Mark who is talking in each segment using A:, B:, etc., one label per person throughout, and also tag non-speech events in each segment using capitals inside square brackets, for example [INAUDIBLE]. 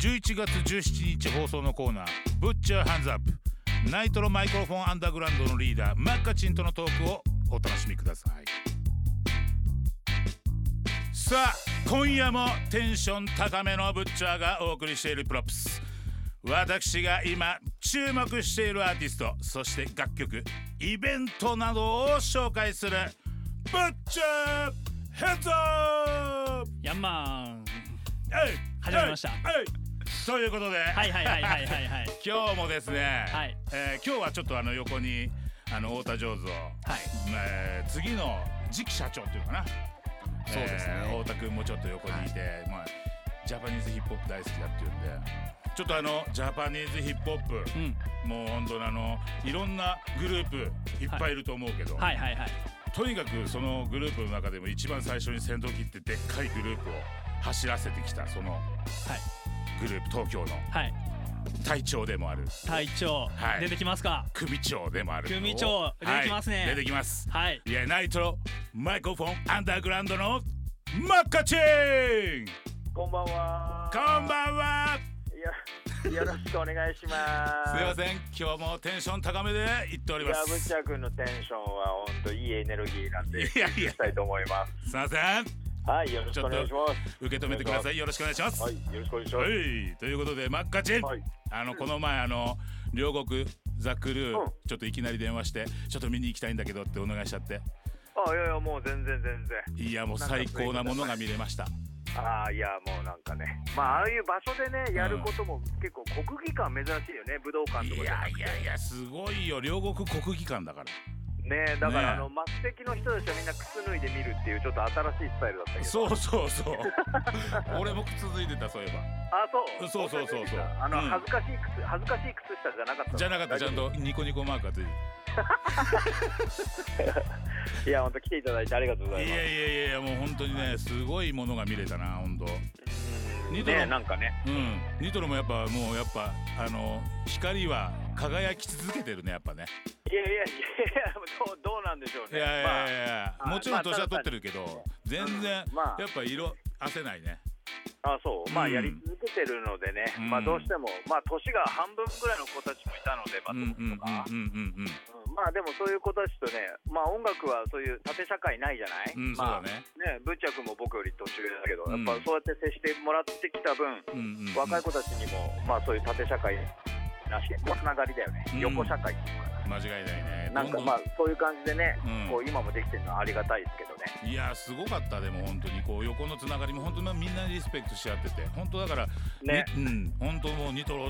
A: 11月17日放送のコーナー「ぶっちゃハンズアップ」ナイトロマイクロフォンアンダーグラウンドのリーダーマッカチンとのトークをお楽しみくださいさあ今夜もテンション高めのブッチャーがお送りしているプロップス私が今注目しているアーティストそして楽曲イベントなどを紹介するブッチャーヘッドアップ
B: ヤンマン
A: えい
B: 始まりました
A: えいえいということで、
B: はいはいはいはいはいはい
A: 今日もですね、
B: はい
A: えー今日はちょっとあの横にあの太田上手を、
B: はい
A: えー次の次期社長っていうのかな
B: そうですね
A: えー太田君もちょっと横にいて、まあ、ジャパニーズヒップホップ大好きだっていうんでちょっとあのジャパニーズヒップホップ、
B: うん
A: もう本当にあのいろんなグループいっぱいいると思うけど、
B: はいはいはい
A: とにかくそのグループの中でも一番最初に先頭切ってでっかいグループを走らせてきたそのグループ東京の
B: はいはい
A: 隊長でもある
B: 隊長、
A: はい
B: 出てきますか
A: 組長でもある
B: 組長出てきますね
A: はい出てきます
B: はい
A: いやナイトのマイクロフォンアンダーグラウンドのマッカチン
C: こんばんは。
A: こんばんはい
C: や、よろしくお願いしますす。
A: いません今日もテンション高めでいっており
C: い
A: ま
C: や、ぶっ
A: す
C: ちゃ君のテンションは本当いいエネルギーなんで、
A: いやいや
C: したいと思います
A: いません
C: す。はい、よろしくお願いします。
A: 受け止めてくださいよろしくお願いします
C: は
A: はい
C: い、よろしくお願いします。
A: いということでマッカチン
C: はい
A: あのこの前あの両国ザ・クルー、
C: うん
A: ちょっといきなり電話してちょっと見に行きたいんだけどってお願いしちゃって
C: あ、いやいや、もう全然全然。
A: いやもう最高なものが見れました
C: ああ、いや、もうなんかね。まあ、ああいう場所でね、やることも結構国技館珍しいよね、武道館
A: い
C: とかじゃな
A: や
C: く
A: い
C: て。
A: やいやすごいよ両国国技館だから
C: ねだから、
A: ね
C: あの、末席の人たちはみんな靴脱いで見るっていう、ちょっと新しいスタイルだったけど。
A: そうそうそう [LAUGHS] 俺も靴続いてたそういえば
C: あ、そう。
A: そうそうそうそう
C: あの、
A: うん
C: 恥ずかしい靴、恥ずかしい靴下じゃなかったの。
A: じゃなかったちゃんとニコニコマークがついて
C: いや、本当来ていただいてありがとうござ
A: る
C: い
A: い
C: ま
A: やいやいやもう本当にねすごいものが見れたな本当
C: す。
A: 二度の
C: ね、なんかね。
A: うんニトロもやっぱもうやっぱあの光は輝き続けてるねやっぱね
C: いやいやいや、どう、どうなんでしょう
A: い
C: ね。
A: やいやいやいや、
C: まあ
A: もちろん
C: まあ
A: 年は取ってるけど、全然、
C: うんまあ
A: やっぱ色褪せないね。
C: まあ、あ、そう、ま
A: う
C: あ、
A: ん
C: やり続けてるのでね、
A: うん
C: まあ、どうしても、まあ、年が半分ぐらいの子たちもいたので、まあ、
A: うんうんうんうんうん
C: あうんまあ、でも、そういう子たちとね、まあ、音楽はそういう縦社会ないじゃない。
A: うん。うん、そうだ
C: まあ、
A: ね。
C: ね、ぶっちゃくも僕より年上だけど、
A: う
C: や
A: ん
C: っぱ、そうやって接してもらってきた分。
A: うんうんうん。
C: 若い子たちにも、まあ、そういう縦社会。なし、つながりだよね。
A: うん
C: 横社会っていうのかな。
A: 間違いないね。
C: なん
A: ど
C: か
A: ど
C: まあそういう感じでね、
A: うん
C: こう今もできてるのはありがたいですけどね。
A: いやすごかったでも本当にこう横のつながりも本当にみんなリスペクトし合ってて本当だから、
C: ね
A: にうん本当もうニトロ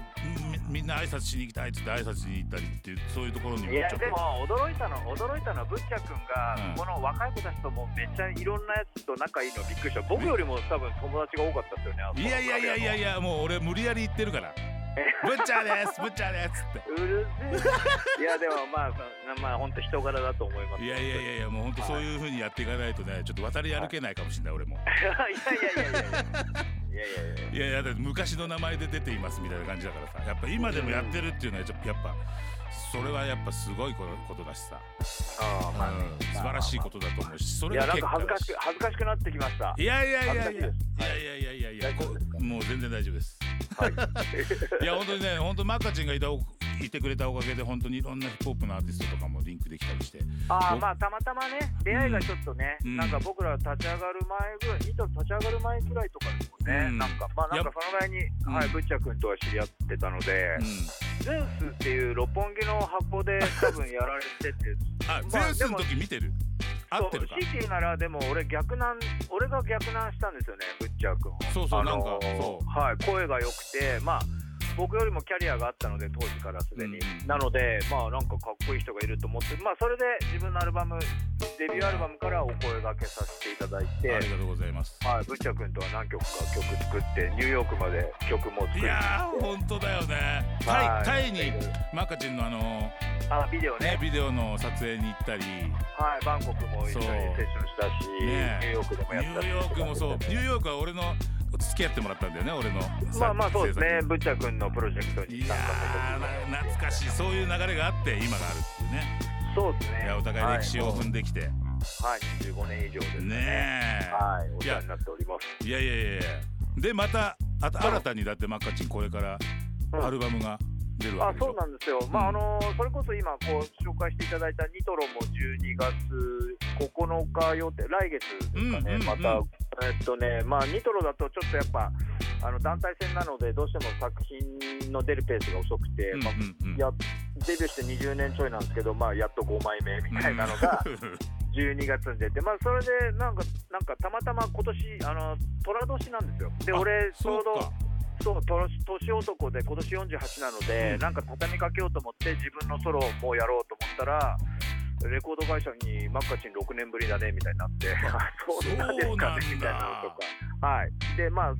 A: みみんな挨拶しに行きたいっつって挨拶しに行ったりっていうそういうところにも
C: いや
A: ちょっ
C: でも驚いたの驚いたのはぶっちゃくんが、
A: うん
C: この若い子たちともめっちゃいろんなやつと仲いいのびっくりした。僕よりも多分友達が多かったですよね。あ
A: と
C: そこ
A: い
C: の
A: やいやいやいやい
C: 楽
A: やもう俺無理やり言ってるから「ブッチャーですブッチャーです」っ
C: 屋のうるせえ。いやでもまあそまあ本当人柄だと思います。
A: ていやいやいやいやもう本当そういうふうにやっていかないとねちょっと渡り歩けないかもしれない俺も。
C: いやいやいやいやいやいやいや。
A: いやいやだって昔の名前で出ていますみたいな感じだからさやっぱ今でもやってるっていうのはちょっとやっぱそれはやっぱすごいことだしさ、
C: ああまあね
A: うん、素晴らしいことだと思うしそ
C: い
A: れ
C: や
A: が
C: なん
A: 結
C: か
A: 構
C: 恥ずかしく恥ずかしくなってきました。
A: いやいやいやいやい
C: 恥ずかし
A: やいやいやいやいやこもう全然大丈夫です
C: はい。
A: [LAUGHS] いや本当にね本当マッカチンがいたおいてくれたおかげで本当にいろんなヒップホップのアーティストとかもリンクできたりして
C: あ
A: お
C: ーまあたまたまね出会いがちょっとね、
A: うん
C: なんか僕ら立ち上がる前ぐらいニトロ立ち上がる前ぐらいとかですもんね、
A: うん
C: なんかまあなんかその前に、
A: ん
C: はいぶっちゃくんとは知り合ってたので、
A: うん
C: ゼウスっていう六本木の箱で多分やられてて
A: あ
C: まあ
A: ゼウスの時見てる合ってるか
C: そうシティならでも俺逆なん俺が逆難したんですよねぶっちゃくんを
A: そうそう
C: あのー
A: なんかそう
C: はい声が良くてまあ僕よりもキャリアがあったので当時からすでに、
A: うん
C: なのでまあなんかかっこいい人がいると思ってまあそれで自分のアルバムデビューアルバムからお声がけさせていただいて
A: ありがとうございます
C: はい、ぶっちゃくんとは何曲か曲作ってニューヨークまで曲も作
A: い
C: り
A: やー本当だよねタ
C: は
A: イ
C: い
A: タイにマカチンのあの
C: あビデオ
A: ね
C: ね
A: ビデオの撮影に行ったり
C: はいバンコクも一緒に
A: そう
C: セッションしたし、
A: ね
C: ニューヨークでも
A: ニ
C: やっ
A: ュ
C: たし
A: ーヨークもそうニューヨークは俺の付き合ってもらったんだよね俺の
C: まあまあそうですね
A: 制
C: ブッチャ君のプロジェク
A: 作
C: ト
A: に
C: に
A: いや
C: 参加
A: ー
C: さ
A: な懐かしいそういう流れがあって今があるっていうね
C: せてそうです
A: い
C: ね
A: やお互い歴史を踏んできて、
C: はい、25年以上ですね
A: ね
C: はいお
A: い
C: 世
A: や
C: 話になっております
A: えいやいやいやいやでまたあた新たにだってマッカチンこれから
C: うん
A: アルバムが出るわ
C: あ
A: けでしょ、
C: そうなんですよ、まああのそれこそ今こう紹介していただいたニトロも12月9日予定、来月ですかね、
A: うんうんうん
C: また、えっとねまあ、ニトロだとちょっとやっぱあの団体戦なので、どうしても作品の出るペースが遅くて、
A: うん
C: まあ
A: うんうん
C: やデビューして20年ちょいなんですけど、まあ、やっと5枚目みたいなのが
A: [LAUGHS] うん
C: 12月に出て、まあ、それでなんかなんかたまたま今年あの寅年なんですよ。で
A: あ
C: 俺ちょう
A: そう
C: ど
A: か
C: そう年年男で今年48なので、
A: うん
C: なんか畳みかけようと思って自分のソロをもうやろうと思ったらレコード会社にマッカチン6年ぶりだねみたいになってあそうなんですかね
A: そうなんだ
C: みたいなのとかはいでまあ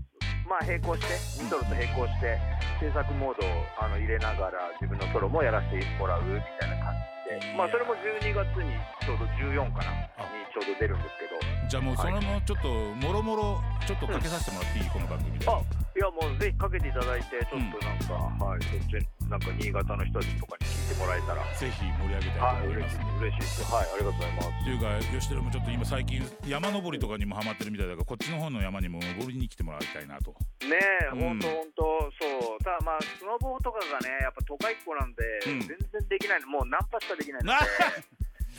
C: まあ並行してニトロと並行して制作モードをあの入れながら自分のソロもやらせてもらうみたいな感じ
A: い
C: で
A: や
C: まあそれも12月にちょうど14かなにちょうど出るんですけど
A: じゃあもうそれもちょっともろもろちょっとかけさせてもらっていい、この番組で
C: あいやもうぜひかけていただいてちょっとなんか、はいそっちなんか新潟の人たちとかに聞いてもらえたら
A: ぜひ盛り上げたい
C: は
A: と思い
C: い嬉
A: ま
C: し
A: す
C: い嬉しいですはいありがとうございます
A: っていうか吉田もちょっと今最近山登りとかにもハマってるみたいだからこっちの方の山にも登りに来てもらいたいなと
C: ねえ
A: うん
C: 本当本当そうただまあスノボーとかがねやっぱ都会っ子なんで、
A: うん
C: 全然できないのもうナンパしかで
A: [LAUGHS]
C: きないの
A: な
C: で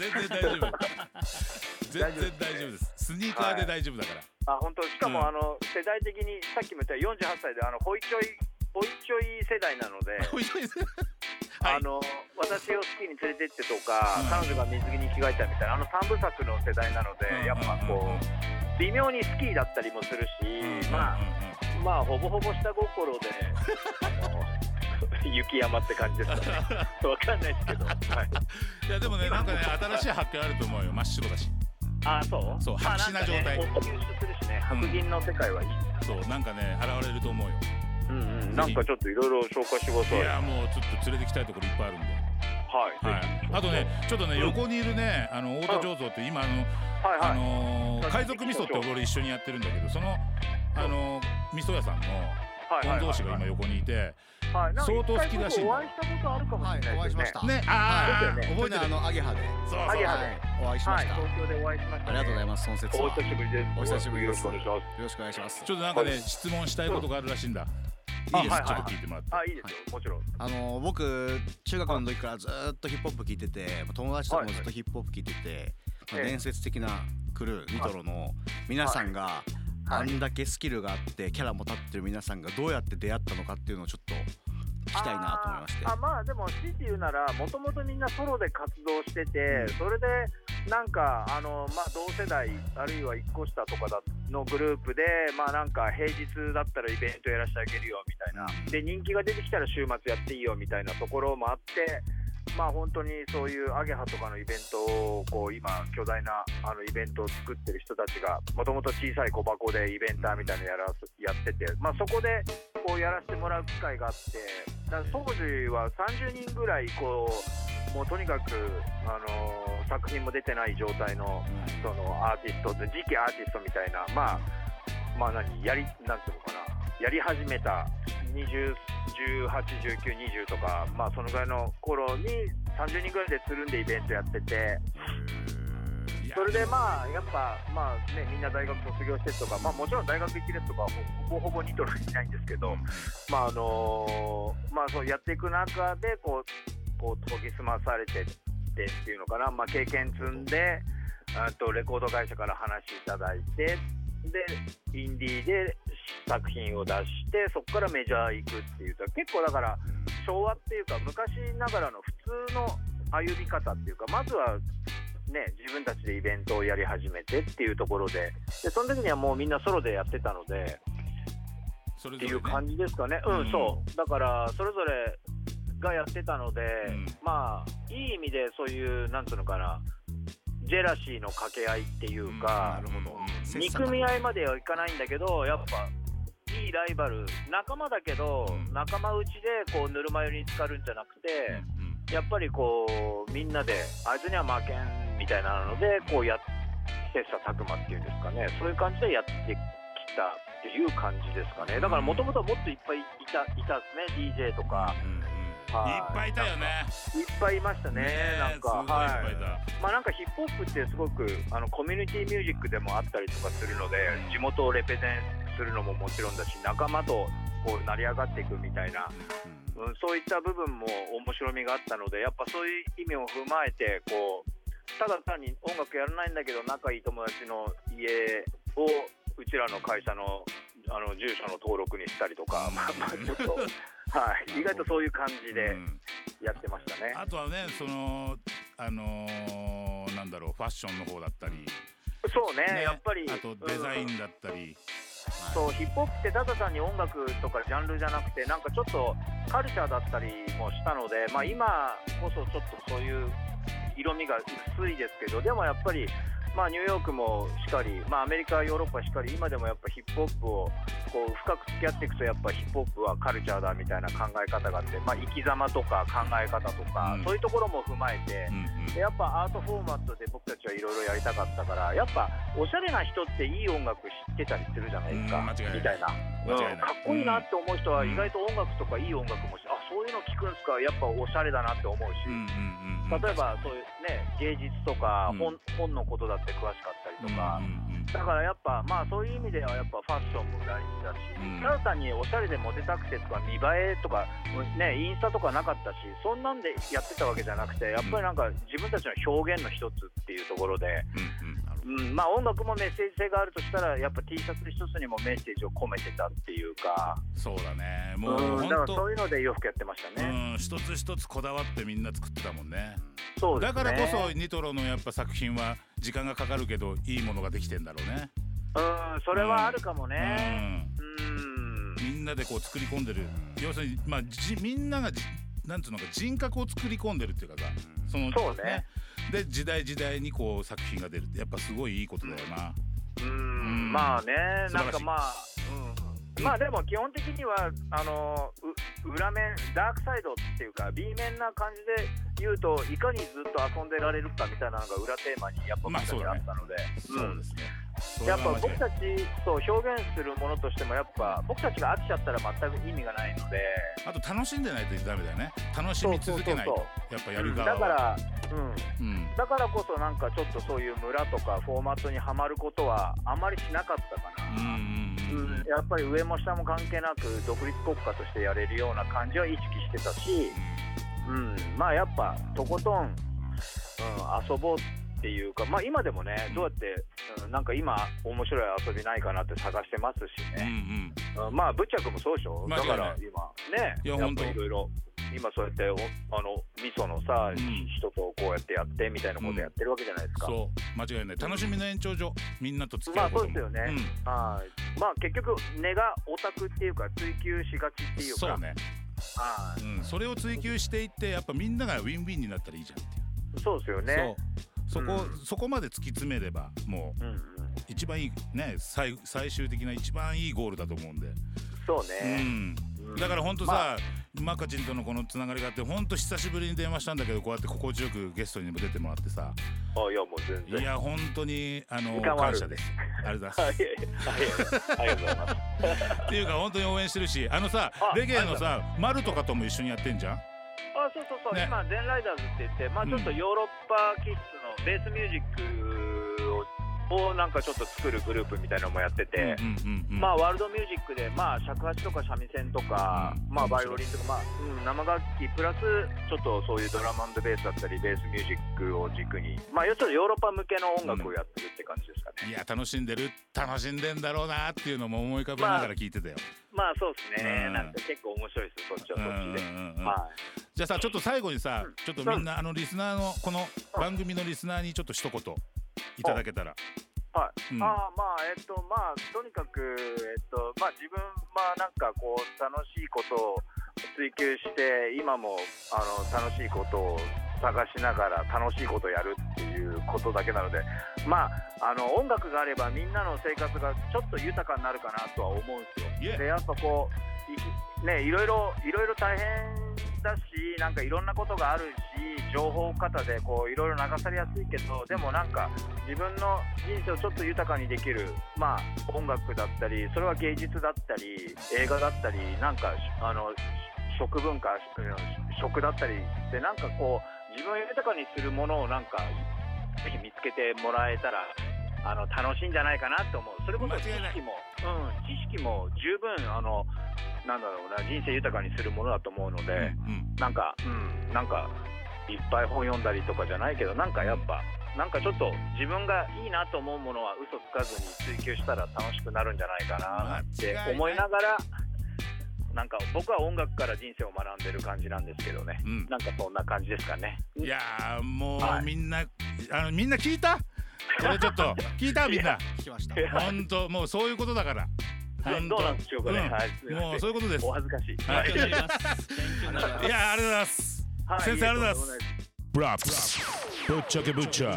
A: 全然大丈夫全然大丈夫ですスニーカーで大丈夫だから、
C: あ本当しかも、
A: うん
C: あの世代的にさっきも言ったように48歳であのホイチョイホイチョイ世代なので
A: おいしいです [LAUGHS] はい
C: あの私をスキーに連れてってとか、
A: うん
C: 彼女が水着に着替えたみたいなあの三部作の世代なので、やっぱこう、
A: うんうんうん
C: 微妙にスキーだったりもするし、まあ、まあほぼほぼ下心であの [LAUGHS] 雪山って感じですか
A: [LAUGHS]
C: ねわかんないですけど、はい、
A: いやでもねなんかね新しい発見あると思うよ真っ白だし
C: あそう
A: そう
C: まあ
A: 白紙な状態
C: なんかね、こう吸収するしね白銀の世界はいい、
A: そうなんかね現れると思うよ
C: うんうん、なんかちょっといろいろ紹介してくだ
A: い
C: さい
A: やもうちょっと連れてきたいところいっぱいあるんで、
C: はい、
A: はい、あとねちょっとね
C: うん
A: 横にいるねあの太田醸造って今あの
C: はい
A: あ
C: はい
A: のー
C: はい
A: 海賊味噌って俺一緒にやってるんだけどそのあのー味噌屋さんの
C: はいはい
A: 御曹司が今横にいて
C: はいなんか
A: 相当好きらしいんだ
C: 一回僕お会いしたことあるかもし
D: はい、
C: れない
D: お
C: です
D: 会い
C: よ
D: しま
C: ね
D: した。
A: ねああ
C: はい
A: 覚え
D: 去
A: てる
D: 年あのアゲハで、
A: そう
C: ア
A: そ
C: ゲ
A: う
C: ハ
D: はい、お会いしま
C: は
D: し
C: い、
D: た。あ
C: 東京でお会いしました、ね、
D: りがとうござい
C: ま
D: ます。その説
C: お
D: は
C: 久しぶりです
D: お久しぶりです
C: よろしくお願いし
D: よろしくお願いします。
A: ちょっとなんかね質問したいことがあるらしいんだ
D: あ
A: いいです
D: はい
A: ちょ
D: はい
A: っと聞いてもらって
C: ますあいいですよ、もちろん
D: あの僕中学の時からずーっとヒップホップ聞いてて、友達とかもずっとヒップホップ聞いてて、まあ
C: ええ
D: 伝説的なクルーニトロの皆さんがあ
C: はい
D: んだけスキルがあってキャラも立ってる皆さんがどうやって出会ったのかっていうのをちょっと聞きたいなと思いまして
C: あーあまあでも強いて言うならもともとみんなソロで活動してて、それでなんかあの、まあ、同世代あるいは1個下とかだのグループでまあなんか平日だったらイベントやらせてあげるよみたいなで人気が出てきたら週末やっていいよみたいなところもあって。まあ本当にそういうアゲハとかのイベントをこう今巨大なあのイベントを作ってる人たちがもともと小さい小箱でイベンターみたいなのやらすやっててまあそこでこうやらせてもらう機会があってだから当時は30人ぐらいこうもうとにかく、あのー作品も出てない状態のそのアーティストで次期アーティストみたいなまあまあ何やりなんていうのかなやり始めた20181920とかまあそのぐらいの頃に30人ぐらいでつるんでイベントやってて
A: いや
C: それでまあやっぱまあねみんな大学卒業してとかまあもちろん大学行ってるとかほぼほぼニトロいないんですけど、まああのーまあそうやっていく中でこうこう研ぎ澄まされてってっていうのかな、まあ、経験積んであとレコード会社から話いただいてでインディーで作品を出してそこからメジャー行くっていうと結構だから昭和っていうか昔ながらの普通の歩み方っていうかまずは。ね、自分たちでイベントをやり始めてっていうところででその時にはもうみんなソロでやってたので、
A: そ
C: っ
A: れ
C: て
A: ぞれ
C: いう
A: ね
C: 感じですかね、
A: う
C: うんん、そう、だからそれぞれがやってたので、
A: うん
C: まあ、いい意味でそういう、なんつうのかな、ジェラシーの掛け合いっていうか、
D: なるほど
A: うん
D: 切磋琢磨
C: 憎み合いまではいかないんだけど、やっぱいいいいライバル仲間だけど、
A: うん
C: 仲間内でこうぬるま湯に浸かるんじゃなくて、やっぱりこうみんなであいつには負けんみたいなのでこうやっ切磋琢磨っていうんですかねそういう感じでやってきたっていう感じですかねだからもともとはもっといっぱいいたいたですね DJ とか
A: うんうん
C: はい
A: いっぱいいたよね。
C: いっぱいいましたね
A: え
C: なん
A: す
C: か
A: ごいいっぱいい
C: は
A: た。
C: いまあなんかヒップホップってすごくあのコミュニティミュージックでもあったりとかするので地元をレペゼンするのももちろんだし仲間とこう成り上がっていくみたいなうん、そういった部分も面白みがあったのでやっぱそういう意味を踏まえてこうただ単に音楽やらないんだけど仲いい友達の家をうちらの会社のあの住所の登録にしたりとか、まあ、まあちょ
A: [LAUGHS]
C: っと、はい、意外とそういう感じ
A: う
C: で
A: ん
C: やってましたね。
A: あとはねそのあのーなんだろうファッションの方だったり、
C: そうね
A: ね
C: やっぱり
A: あとデザイ
C: うん
A: ンだったり、
C: そうヒップホップってただ単に音楽とかジャンルじゃなくてなんかちょっとカルチャーだったりもしたので、まあ、今こそちょっとそういう色味が薄いですけどでもやっぱり、まあ、ニューヨークもしかり、まあ、アメリカヨーロッパしかり今でもやっぱヒップホップをこう深く付き合っていくとやっぱヒップホップはカルチャーだみたいな考え方があって、まあ、生き様とか考え方とか、
A: うん
C: そういうところも踏まえて。
A: うんうん
C: でやっぱアートフォーマットで僕たちはいろいろやりたかったからやっぱおしゃれな人っていい音楽知ってたりするじゃないですか
A: うん間違いない
C: みたいな
A: 間違いない
C: うんかっこいいなって思う人は意外と音楽とかいい音楽もしあそういうの聞くんすかやっぱおしゃれだなって思うし、
A: うんうんうんうん
C: 例えばそういうね芸術とか
A: うん
C: 本,、本のことだって詳しかったりと
A: う
C: か、
A: んうんうん
C: だからやっぱまあそういう意味ではやっぱファッションも大事だし、
A: うん
C: ただ単におしゃれでモテたくてとか見栄えとかねインスタとかなかったしそんなんでやってたわけじゃなくてやっぱりなんか自分たちの表現の一つっていうところで、
A: うんうんなるほど
C: うん、まあ音楽もメッセージ性があるとしたらやっぱ T シャツ一つにもメッセージを込めてたっていうか、
A: そうだね
C: う、
A: もうん
C: だ
A: 本
C: から
A: 当
C: そういうので洋服やってました
A: う
C: ね、
A: ん一つ一つこだわってみんな作ってたもんね。
C: そうです
A: だ
C: ね
A: からこそニトロのやっぱ作品は時間がかかるけどいいものができてんだろうね。
C: うんそれはあるかも
A: う
C: ね
A: ん
C: うん
A: みんなでこう作り込んでる、要するに、まあ、じみんながじなんつうのか人格を作り込んでるっていうかさその
C: そうね
A: で時代時代にこう作品が出るってやっぱすごいいいことだよな、
C: うん
A: ん
C: まあね
A: 素
C: な
A: 晴ら
C: ん
A: し
C: か
A: い
C: まあ、うん、まあでも基本的にはあのう裏面ダークサイドっていうか B 面な感じで言うといかにずっと遊んでられるかみたいなのが裏テーマにやっぱ僕
A: まあ
C: たち
A: そうだ
C: あ
A: ね
C: ったので、
A: そうですね
C: うん、やっぱ僕
A: それは間違いない
C: たちそう表現するものとしてもやっぱ僕たちが飽きちゃったら全く意味がないので
A: あと楽しんでないとダメだよね楽しみ続けない
C: そう
A: と
C: そう
A: やっぱ
C: そう
A: やる
C: うんだ
A: 側は、
C: からうん
A: うん
C: だからこそなんかちょっとそういう村とかフォーマットにはまることはあまりしなかったか
A: うん
C: な、
A: うんうんうん
C: やっぱり上も下も関係なく独立国家としてやれるような感じは意識してたし、うん、まあやっぱとことん、うん、遊ぼうっていうか、まあ、今でもねどうやって、うん、なんか今面白い遊びないかなって探してますし
A: うんう
C: ね、
A: ん
C: うん、まあぶっちゃくもそうでしょ
A: 間
C: だ
A: 違い
C: か
A: ない
C: ら今ね
A: いや
C: やっ
A: 本当
C: ぱ
A: に
C: いろいろ今そうやっておあの味噌のさ、
A: うん
C: 人とこうやってやってみたいなことやってるわけじゃないですか。
A: そう間違いない楽しみの延長上みんなと付き
C: ま
A: 合
C: あ
A: うこ
C: そう
A: と
C: で
A: も、
C: すよね、はいまあ結局根がオタクっていうか追求しがちって
A: う
C: い
A: ん
C: うか
A: そうね、
C: は
A: うん、それを追求していってやっぱみんながウィンウィンになったらいいじゃんっていう
C: い、そうですよね。
A: そうそこ、
C: うん
A: そこまで突き詰めればもう
C: うんうん、
A: 一番いいね最最終的な一番いいゴールだと思うんで、
C: そう
A: う
C: ね。
A: ん
C: うん
A: だからほんと
C: まあ
A: さ、マカチンとのこのつながりがあってほんと久しぶりに電話したんだけどこうやって心地よくゲストにも出てもらってさ
C: あいやもう全然。
A: いやほんとにあの
C: 時間はあ
A: 感
C: る
A: 謝ですありがとうございます
C: [LAUGHS] はいいやいやはいありがとうございます。
A: っていうか本当に応援してるしあのさ
C: [LAUGHS] あ
A: レゲエのさマルとかとも一緒にやってんじゃん
C: [LAUGHS] あそうそうそう、
A: ね
C: 今ゼンライダーズって言ってまあちょっとヨーロッパキッズのベースミュージックををなんかちょっと作るグループみたいなのもやってて。
A: うんうんうん
C: まあ、ワールドミュージックで、まあ、尺八とか三味線とか、
A: うん
C: まあ、バイオリンとか、まあうん、生楽器プラスちょっとそういうドラマンドベースだったりベースミュージックを軸に、まあ、要するにヨーロッパ向けの音楽をやってるって感じですかね、
A: いや楽しんでる楽しんでんだろうなっていうのも思い浮かべながら聞いてたよ、
C: まあそうですね、
A: うん
C: なんか結構面白いですそっちはそっち
A: う
C: で、
A: んうんうんうん
C: は
A: じゃあさちょっと最後にさ、
C: うん
A: ちょっとみんなあのリスナーのこの番組のリスナーにちょっと一言いただけたら、
C: い、はい
A: うん
C: ああまあえっとまあとにかくえっとまあ自分はなんかこう楽しいことを追求して今もあの楽しいことを探しながら楽しいことをやるっていういうことだけなので、まあ、あの音楽があればみんなの生活がちょっと豊かになるかなとは思うんですよ。
A: Yeah.
C: でやっぱこういきね、いろいろいろいろ大変だしなんかいろんなことがあるし情報過多でこういろいろ流されやすいけどでもなんか自分の人生をちょっと豊かにできる、まあ、音楽だったりそれは芸術だったり映画だったりなんかあの食文化し食だったりでなんかこう自分を豊かにするものをなんかぜひ見つけてもらえたらあの楽しいんじゃないかなと思うそれこそ知
A: 間違いない
C: 識も、うん、知識も十分あのなんだろうな人生豊かにするものだと思うので、
A: うん
C: なんか、うん、なんかいっぱい本読んだりとかじゃないけどなんかやっぱなんかちょっと自分がいいなと思うものは嘘つかずに追求したら楽しくなるんじゃないかなって思いながらなんか僕は音楽から人生を学んでる感じなんですけどね、
A: うん
C: なんかそんな感じですかね。
A: いやーもう、
C: はい
A: みんなあのみんな聞い
C: [LAUGHS]
A: たこれちょっと聞いたみんな
D: 聞きました
C: いや
A: 本当もうそういうことだから
C: ど
A: 本
C: ど
A: 当
C: うなんでしょうかね、
A: うん
C: はいすいません
A: もうそういうことです
C: お恥ずかしい、
A: は
B: 勉強になります勉強になります
A: いやーありがとうございます
C: はい
A: 先生ありがとうございます
E: ブラックスぶっちゃけぶっちゃ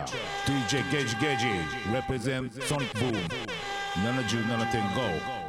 E: DJ ゲージゲージ represent Sonic Boom 77.5